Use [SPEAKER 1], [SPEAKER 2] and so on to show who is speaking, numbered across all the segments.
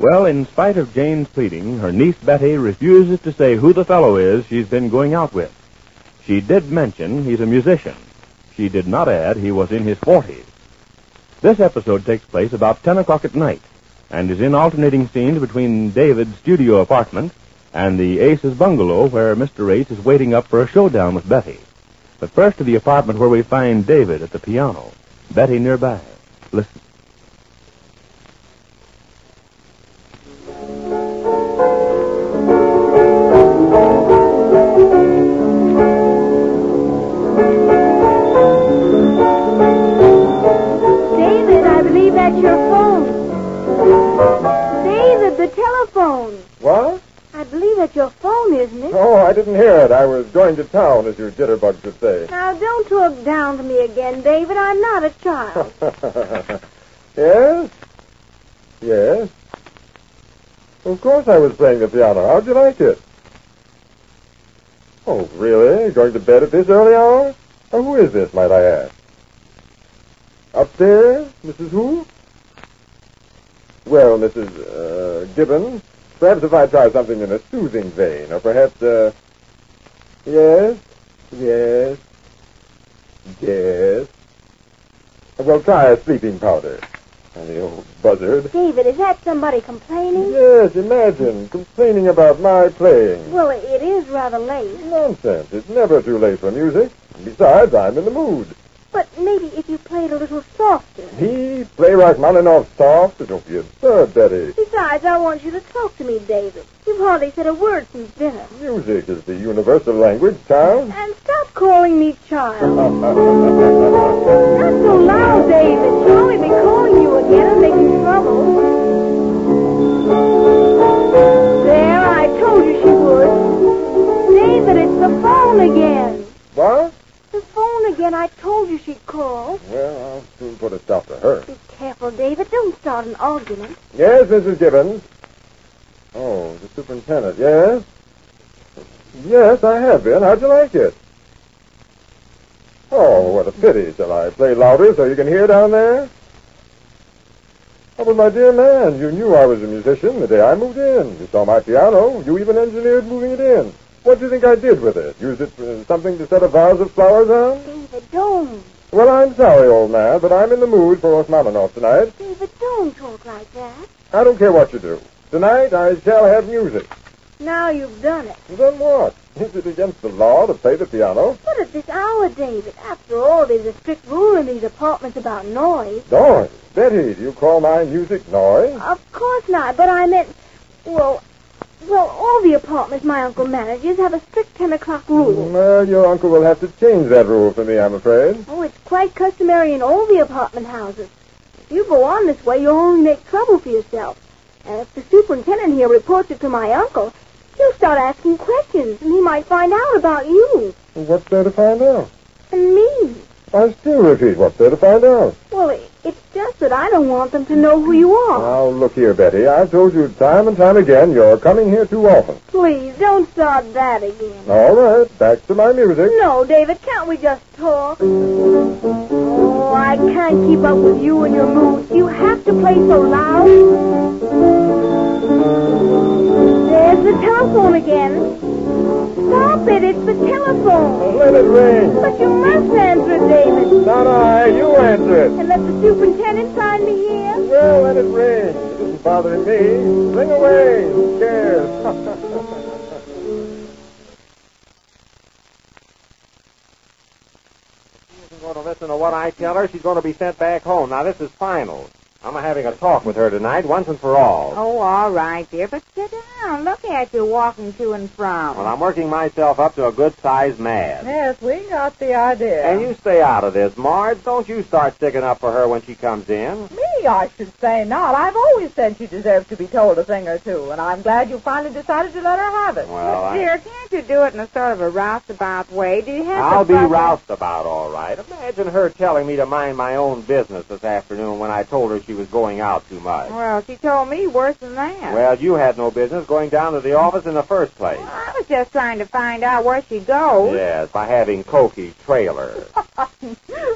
[SPEAKER 1] Well, in spite of Jane's pleading, her niece Betty refuses to say who the fellow is she's been going out with. She did mention he's a musician. She did not add he was in his 40s. This episode takes place about 10 o'clock at night and is in alternating scenes between David's studio apartment and the Aces bungalow where Mr. Ace is waiting up for a showdown with Betty. But first to the apartment where we find David at the piano, Betty nearby. Listen.
[SPEAKER 2] David, I believe that's your phone. David, the telephone.
[SPEAKER 3] What?
[SPEAKER 2] I believe that's your phone, isn't it?
[SPEAKER 3] Oh, I didn't hear it. I was going to town, as your jitterbugs would say.
[SPEAKER 2] Now, don't talk down to me again, David. I'm not a child.
[SPEAKER 3] yes? Yes? Of course I was playing the piano. How'd you like it? Oh, really? Going to bed at this early hour? Oh, who is this, might I ask? Up there, Mrs. Who? Well, Mrs. Uh, Gibbon, perhaps if I try something in a soothing vein, or perhaps, uh... Yes? Yes? Yes? Well, try a sleeping powder. And the old buzzard.
[SPEAKER 2] David, is that somebody complaining?
[SPEAKER 3] Yes, imagine, complaining about my playing.
[SPEAKER 2] Well, it is rather late.
[SPEAKER 3] Nonsense. It's never too late for music. Besides, I'm in the mood.
[SPEAKER 2] But maybe if you played a little softer.
[SPEAKER 3] He, play Rachmaninoff soft? Don't be absurd, Betty.
[SPEAKER 2] Besides, I want you to talk to me, David. You've hardly said a word since dinner.
[SPEAKER 3] Music is the universal language, child.
[SPEAKER 2] And stop calling me child.
[SPEAKER 3] Well,
[SPEAKER 2] Not so loud, David. She'll only be calling you again and making trouble. There, I told you she would. David, it's the phone again.
[SPEAKER 3] What?
[SPEAKER 2] The phone again. I told you she'd call.
[SPEAKER 3] Well, I'll soon put a stop to her.
[SPEAKER 2] Be careful, David. Don't start an argument.
[SPEAKER 3] Yes, Mrs. Gibbons. Oh, the superintendent, yes? Yes, I have been. How'd you like it? Oh, what a pity. Shall I play louder so you can hear down there? Oh, but my dear man, you knew I was a musician the day I moved in. You saw my piano. You even engineered moving it in. What do you think I did with it? Used it for something to set a vase of flowers on?
[SPEAKER 2] David, don't.
[SPEAKER 3] Well, I'm sorry, old man, but I'm in the mood for Osmaninoff tonight.
[SPEAKER 2] David, don't talk like that.
[SPEAKER 3] I don't care what you do. Tonight I shall have music.
[SPEAKER 2] Now you've done it.
[SPEAKER 3] Then what? Is it against the law to play the piano?
[SPEAKER 2] But at this hour, David, after all, there's a strict rule in these apartments about noise.
[SPEAKER 3] Noise. Betty, do you call my music noise?
[SPEAKER 2] Of course not, but I meant, well, well, all the apartments my uncle manages have a strict 10 o'clock rule.
[SPEAKER 3] Well, your uncle will have to change that rule for me, I'm afraid.
[SPEAKER 2] Oh, it's quite customary in all the apartment houses. If you go on this way, you'll only make trouble for yourself. And if the superintendent here reports it to my uncle, he'll start asking questions, and he might find out about you
[SPEAKER 3] What's there to find out?
[SPEAKER 2] and me.
[SPEAKER 3] I still repeat, what's there to find out?
[SPEAKER 2] Well, it, it's just that I don't want them to know who you are.
[SPEAKER 3] Now, look here, Betty. I've told you time and time again you're coming here too often.
[SPEAKER 2] Please, don't start that again.
[SPEAKER 3] All right, back to my music.
[SPEAKER 2] No, David, can't we just talk? Oh, I can't keep up with you and your moods. You have to play so loud. There's the telephone again. Stop it, it's the telephone.
[SPEAKER 3] Let it ring.
[SPEAKER 2] But you must answer it, David.
[SPEAKER 3] Not I. You answer it.
[SPEAKER 2] And let the superintendent find me here.
[SPEAKER 3] Well, let it ring. It isn't bothering me. Ring away. Who cares?
[SPEAKER 4] going to listen to what I tell her, she's going to be sent back home. Now, this is final. I'm having a talk with her tonight, once and for all.
[SPEAKER 5] Oh, all right, dear, but sit down. Look at you walking to and from.
[SPEAKER 4] Well, I'm working myself up to a good sized mad.
[SPEAKER 6] Yes, we got the idea.
[SPEAKER 4] And you stay out of this, Marge. Don't you start sticking up for her when she comes in.
[SPEAKER 6] Me, I should say not. I've always said she deserves to be told a thing or two, and I'm glad you finally decided to let her have it.
[SPEAKER 4] Well, I...
[SPEAKER 5] Dear, can't you do it in a sort of a roustabout way? Do you have
[SPEAKER 4] I'll
[SPEAKER 5] to
[SPEAKER 4] be
[SPEAKER 5] fuss-
[SPEAKER 4] roustabout, all right. Imagine her telling me to mind my own business this afternoon when I told her she was going out too much.
[SPEAKER 5] Well, she told me worse than that.
[SPEAKER 4] Well, you had no business going down to the office in the first place.
[SPEAKER 5] I was just trying to find out where she goes.
[SPEAKER 4] Yes, by having Cokie trailer.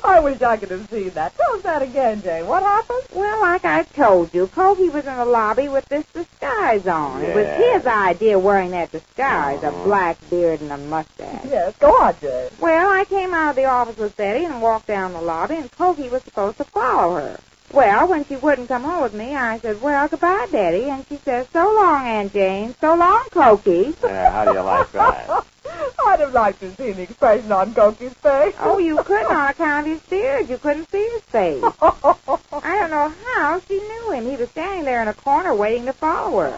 [SPEAKER 6] I wish I could have seen that. Tell us that again, Jay. What happened?
[SPEAKER 5] Well, like I told you, Cokie was in the lobby with this disguise on. It was
[SPEAKER 4] Yeah.
[SPEAKER 5] his idea wearing that disguise, a black beard and a mustache.
[SPEAKER 6] Yes, go on, Jay.
[SPEAKER 5] Well, I came out of the office with Betty and walked down the lobby, and Cokie was supposed to follow her. Well, when she wouldn't come home with me, I said, well, goodbye, Daddy. And she says, so long, Aunt Jane. So long, Cokie.
[SPEAKER 4] Yeah, how do you like that?
[SPEAKER 6] I'd have liked to see the expression on Goki's face.
[SPEAKER 5] Oh, you couldn't on account of his beard. You couldn't see his face.
[SPEAKER 6] oh,
[SPEAKER 5] I don't know how she knew him. He was standing there in a corner waiting to follow her.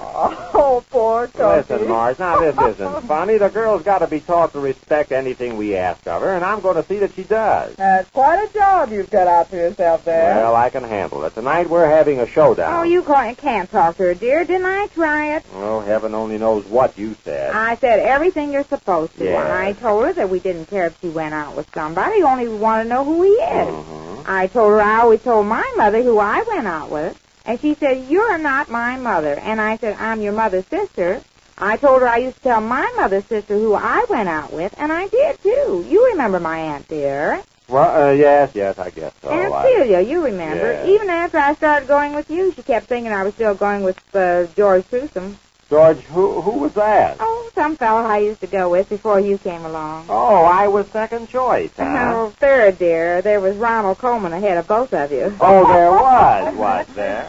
[SPEAKER 6] poor Goki.
[SPEAKER 4] Listen, Marge, now this isn't funny. The girl's got to be taught to respect anything we ask of her, and I'm going to see that she does.
[SPEAKER 6] That's Uh, quite a job you've got out for yourself there.
[SPEAKER 4] Well, I can handle it. Tonight we're having a showdown.
[SPEAKER 5] Oh, you can't can't talk to her, dear. Didn't I try it?
[SPEAKER 4] Oh, heaven only knows what you said.
[SPEAKER 5] I said everything you're supposed to.
[SPEAKER 4] Yeah.
[SPEAKER 5] And I told her that we didn't care if she went out with somebody, only we want to know who he is.
[SPEAKER 3] Uh-huh.
[SPEAKER 4] Mhm.
[SPEAKER 5] I told her I always told my mother who I went out with, and she said, You're not my mother. And I said, I'm your mother's sister. I told her I used to tell my mother's sister who I went out with, and I did too. You remember my aunt, dear.
[SPEAKER 4] Well, uh, yes, yes, I guess
[SPEAKER 3] Oh,
[SPEAKER 4] so.
[SPEAKER 5] aunt
[SPEAKER 4] I-
[SPEAKER 5] Celia, you remember.
[SPEAKER 4] Yeah.
[SPEAKER 5] Even after I started going with you, she kept thinking I was still going with uh, George Newsom.
[SPEAKER 4] George, who who was that?
[SPEAKER 5] Oh, some fellow I used to go with before you came along.
[SPEAKER 4] Oh, I was second choice. Huh?
[SPEAKER 5] Oh, third, dear. There was Ronald Coleman ahead of both of you.
[SPEAKER 4] oh, there was, was there?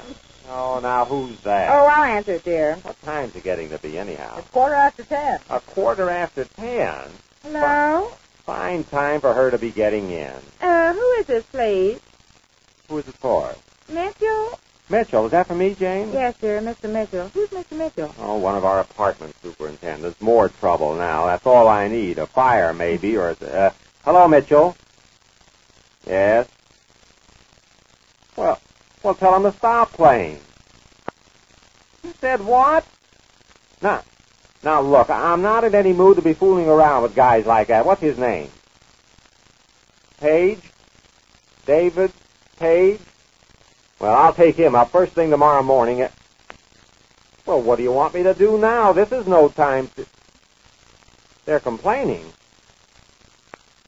[SPEAKER 4] Oh, now who's that?
[SPEAKER 5] Oh, I'll answer it, dear.
[SPEAKER 4] What time's it getting to be anyhow?
[SPEAKER 6] It's quarter after ten.
[SPEAKER 4] A quarter after ten.
[SPEAKER 5] Hello?
[SPEAKER 4] Fine time for her to be getting in.
[SPEAKER 5] Uh, who is this, please?
[SPEAKER 4] Who is it for?
[SPEAKER 5] Mitchell?
[SPEAKER 4] Mitchell, is that for me, Jane?
[SPEAKER 5] Yes, sir, Mr. Mitchell. Who's Mr. Mitchell?
[SPEAKER 4] Oh, one of our apartment superintendents. More trouble now. That's all I need. A fire, maybe, or uh, hello, Mitchell. Yes. Well, well, tell him to stop playing. You said what? Now, now look. I'm not in any mood to be fooling around with guys like that. What's his name? Page. David Page. Well, I'll take him up first thing tomorrow morning. At... Well, what do you want me to do now? This is no time to. They're complaining.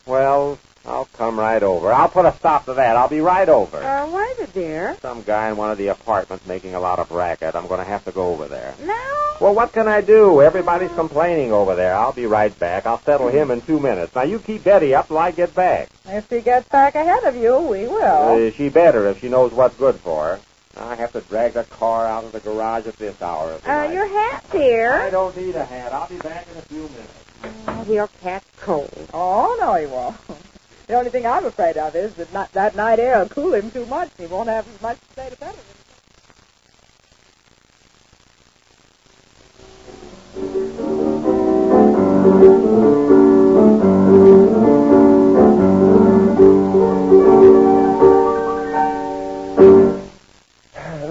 [SPEAKER 4] Well, I'll come right over. I'll put a stop to that. I'll be right over.
[SPEAKER 5] Uh, what is it, dear?
[SPEAKER 4] Some guy in one of the apartments making a lot of racket. I'm going to have to go over there.
[SPEAKER 5] No?
[SPEAKER 4] Well, what can I do? Everybody's complaining over there. I'll be right back. I'll settle him in two minutes. Now, you keep Betty up till I get back.
[SPEAKER 6] If he gets back ahead of you, we will.
[SPEAKER 4] Uh, she better if she knows what's good for her. Now, I have to drag the car out of the garage at this hour of the
[SPEAKER 5] Uh,
[SPEAKER 4] night.
[SPEAKER 5] your hat,
[SPEAKER 4] I
[SPEAKER 5] dear.
[SPEAKER 4] don't need a hat. I'll be back in a few minutes.
[SPEAKER 5] Oh, he'll catch cold.
[SPEAKER 6] Oh, no, he won't. The only thing I'm afraid of is that not, that night air will cool him too much. He won't have as much to say to better.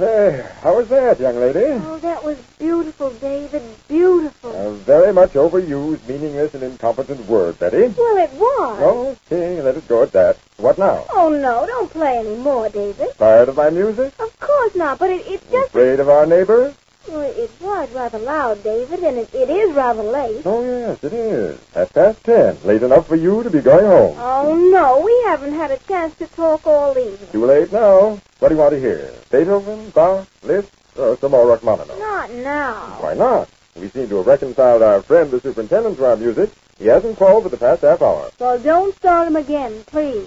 [SPEAKER 3] There. How was that, young lady?
[SPEAKER 2] Oh, that was beautiful, David. Beautiful.
[SPEAKER 3] A very much overused, meaningless, and incompetent word, Betty.
[SPEAKER 2] well, it was.
[SPEAKER 3] Oh. Okay, let it go at that. What now?
[SPEAKER 2] Oh, no, don't play any more, David.
[SPEAKER 3] Tired of my music?
[SPEAKER 2] Of course not, but it, it just...
[SPEAKER 3] Afraid of our neighbor?
[SPEAKER 2] Well, it was rather loud, David, and it, it is rather late.
[SPEAKER 3] Oh, yes, it is. Half past ten. Late enough for you to be going home.
[SPEAKER 2] Oh, no, we haven't had a chance to talk all evening.
[SPEAKER 3] Too late now. What do you want to hear? Beethoven, Bach, Liszt, or some more Rachmaninoff?
[SPEAKER 2] Not now.
[SPEAKER 3] Why not? We seem to have reconciled our friend, the superintendent, to our music. He hasn't called for the past half hour.
[SPEAKER 2] Well, don't start him again, please.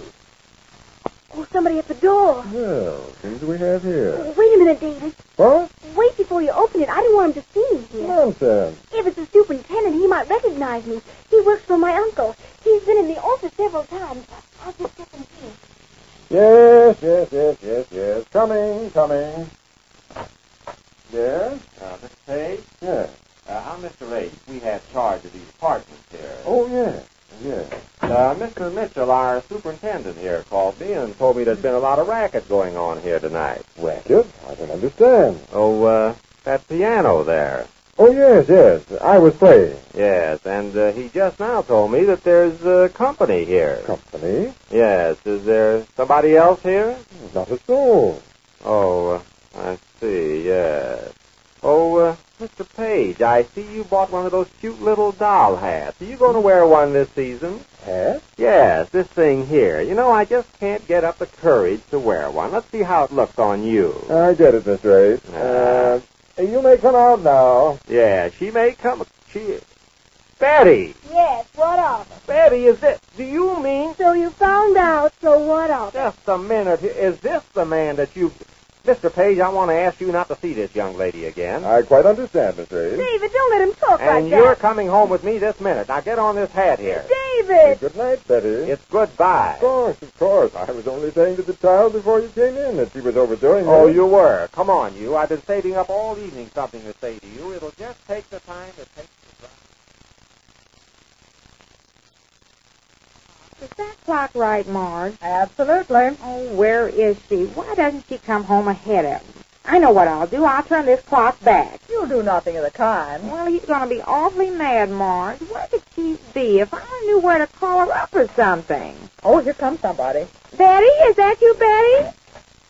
[SPEAKER 2] Oh, somebody at the door.
[SPEAKER 3] Well, seems we have here.
[SPEAKER 2] Oh, wait a minute, David.
[SPEAKER 3] What?
[SPEAKER 2] Wait before you open it. I don't want him to see me here.
[SPEAKER 3] Nonsense.
[SPEAKER 2] If it's the superintendent, he might recognize me. He works for my uncle. He's been in the office several times. I'll just get him here.
[SPEAKER 3] Yes, yes, yes, yes, yes. Coming, coming. Yes?
[SPEAKER 4] Uh, Miss Page,
[SPEAKER 3] Yes.
[SPEAKER 4] uh, I'm Mr. H. We have charge of these apartments here.
[SPEAKER 3] Oh, yes, yes.
[SPEAKER 4] Uh, Mr. Mitchell, our superintendent here, called me and told me there's been a lot of racket going on here tonight.
[SPEAKER 3] Racket? I don't understand.
[SPEAKER 4] Oh, uh, that piano there.
[SPEAKER 3] Oh, yes, yes. I was playing.
[SPEAKER 4] Yes, and uh, he just now told me that there's uh, company here.
[SPEAKER 3] Company?
[SPEAKER 4] Yes, is there somebody else here?
[SPEAKER 3] Not a soul.
[SPEAKER 4] Oh, uh, I see, yes. Oh, uh, Miss Mr. Page, I see you bought one of those cute little doll hats. Are you going to wear one this season?
[SPEAKER 3] Hat?
[SPEAKER 4] Yes, this thing here. You know, I just can't get up the courage to wear one. Let's see how it looks on you.
[SPEAKER 2] Uh.
[SPEAKER 3] I get it, Mr. Ace.
[SPEAKER 4] Ah.
[SPEAKER 3] Uh, you may come out now.
[SPEAKER 4] Yeah, she may come. She. Betty!
[SPEAKER 2] Yes, what of it?
[SPEAKER 4] Betty, is it. Do you mean.
[SPEAKER 2] So you found out, so what of it?
[SPEAKER 4] Just a minute. Is this the man that you. Mr. Page, I want to ask you not to see this young lady again.
[SPEAKER 3] I quite understand, Mr. Ace.
[SPEAKER 2] David, don't let him talk
[SPEAKER 4] and
[SPEAKER 2] Uh, like
[SPEAKER 4] you're
[SPEAKER 2] that.
[SPEAKER 4] coming home with me this minute. Now get on this hat here.
[SPEAKER 2] David!
[SPEAKER 3] Good night, Betty.
[SPEAKER 4] It's goodbye.
[SPEAKER 3] Of course, of course. I was only saying to the child before you came in that she was overdoing
[SPEAKER 4] Oh,
[SPEAKER 3] that.
[SPEAKER 4] you were. Come on, you. I've been saving up all evening something to say to you. It'll just take the time to take.
[SPEAKER 5] Is that clock right, Marge?
[SPEAKER 6] Absolutely.
[SPEAKER 5] Oh, where is she? Why doesn't she come home ahead of him? I know what I'll do. I'll turn this clock back.
[SPEAKER 6] You'll do nothing of the kind.
[SPEAKER 5] Well, he's going to be awfully mad, Marge. Where could she be if I knew where to call her up or something?
[SPEAKER 6] Oh, here comes somebody.
[SPEAKER 5] Betty, is that you, Betty?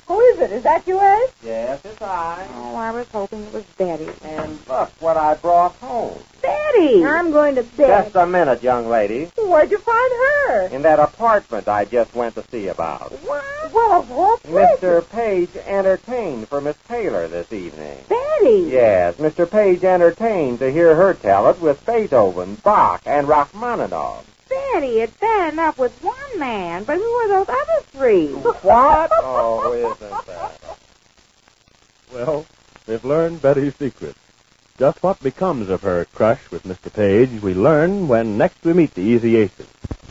[SPEAKER 6] Who is it? Is that you, eh? Ace?
[SPEAKER 4] Yes, it's I.
[SPEAKER 5] Oh, I was hoping it was Betty.
[SPEAKER 4] And look what I brought home.
[SPEAKER 5] Betty!
[SPEAKER 2] I'm going to bed.
[SPEAKER 4] Just a minute, young lady.
[SPEAKER 6] Where'd you find her?
[SPEAKER 4] In that apartment I just went to see about.
[SPEAKER 5] What?
[SPEAKER 6] Well, of all places.
[SPEAKER 4] Mr. Page entertained for Miss Taylor this evening.
[SPEAKER 5] Betty!
[SPEAKER 4] Yes, Mr. Page entertained to hear her tell it with Beethoven, Bach, and Rachmaninoff.
[SPEAKER 5] Betty, it's bad enough with one man, but who are those other three?
[SPEAKER 4] What? oh, isn't that?
[SPEAKER 1] Well, we've learned Betty's secret. Just what becomes of her crush with Mr. Page, we learn when next we meet the Easy Aces.